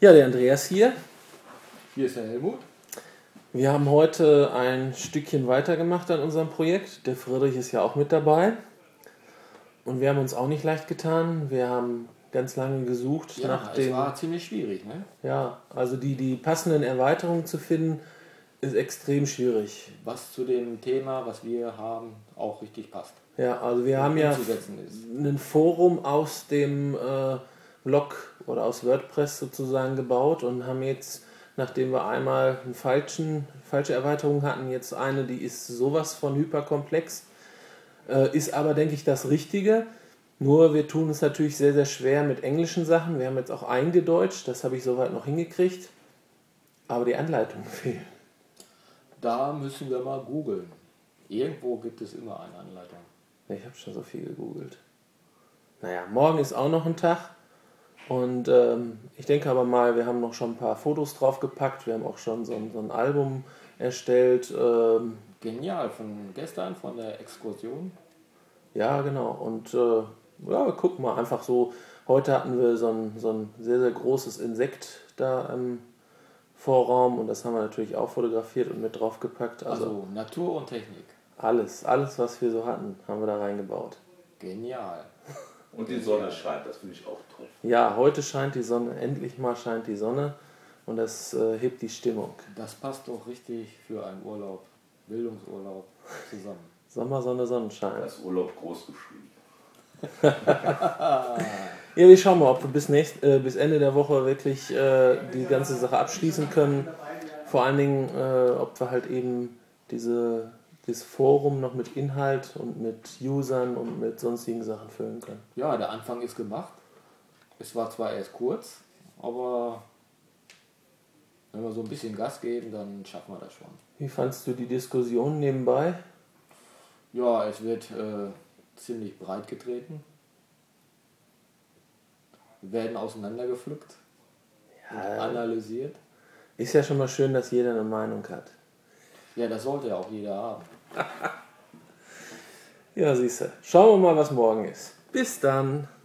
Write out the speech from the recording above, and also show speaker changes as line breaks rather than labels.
Ja, der Andreas hier.
Hier ist der Helmut.
Wir haben heute ein Stückchen weitergemacht an unserem Projekt. Der Friedrich ist ja auch mit dabei. Und wir haben uns auch nicht leicht getan. Wir haben ganz lange gesucht
Ja,
nach
es
dem.
war ziemlich schwierig, ne?
Ja, also die, die passenden Erweiterungen zu finden, ist extrem schwierig.
Was zu dem Thema, was wir haben, auch richtig passt.
Ja, also wir haben ja
umzusetzen ist.
ein Forum aus dem äh, Blog oder aus WordPress sozusagen gebaut und haben jetzt, nachdem wir einmal eine falschen, falsche Erweiterung hatten, jetzt eine, die ist sowas von hyperkomplex, äh, ist aber, denke ich, das Richtige. Nur wir tun es natürlich sehr, sehr schwer mit englischen Sachen. Wir haben jetzt auch eingedeutscht, das habe ich soweit noch hingekriegt. Aber die Anleitung fehlt.
Da müssen wir mal googeln. Irgendwo gibt es immer eine Anleitung.
Ich habe schon so viel gegoogelt. Naja, morgen ist auch noch ein Tag. Und ähm, ich denke aber mal, wir haben noch schon ein paar Fotos draufgepackt. Wir haben auch schon so ein, so ein Album erstellt. Ähm,
Genial, von gestern, von der Exkursion.
ja, genau. Und äh, ja, guck mal, einfach so. Heute hatten wir so ein, so ein sehr, sehr großes Insekt da im Vorraum. Und das haben wir natürlich auch fotografiert und mit draufgepackt.
Also,
also
Natur und Technik.
alles, alles, was wir so hatten, haben wir da reingebaut.
Genial.
Und die Sonne scheint, das finde ich auch toll.
Ja, heute scheint die Sonne, endlich mal scheint die Sonne und das äh, hebt die Stimmung.
Das passt doch richtig für einen Urlaub, Bildungsurlaub zusammen.
Sommer, Sonne, Sonnenschein.
Das Urlaub groß geschrieben.
Ja, wir schauen mal, ob wir bis, nächst, äh, bis Ende der Woche wirklich äh, die ganze Sache abschließen können. Vor allen Dingen, äh, ob wir halt eben diese, dieses Forum noch mit Inhalt und mit Usern und mit sonstigen Sachen füllen können.
Ja, der Anfang ist gemacht. Es war zwar erst kurz, aber wenn wir so ein bisschen Gas geben, dann schaffen wir das schon.
Wie fandst du die Diskussion nebenbei?
Ja, es wird äh, ziemlich breit getreten. Werden auseinandergepflückt,
Äh.
analysiert.
Ist ja schon mal schön, dass jeder eine Meinung hat.
Ja, das sollte ja auch jeder haben.
Ja, siehste. Schauen wir mal, was morgen ist. Bis dann.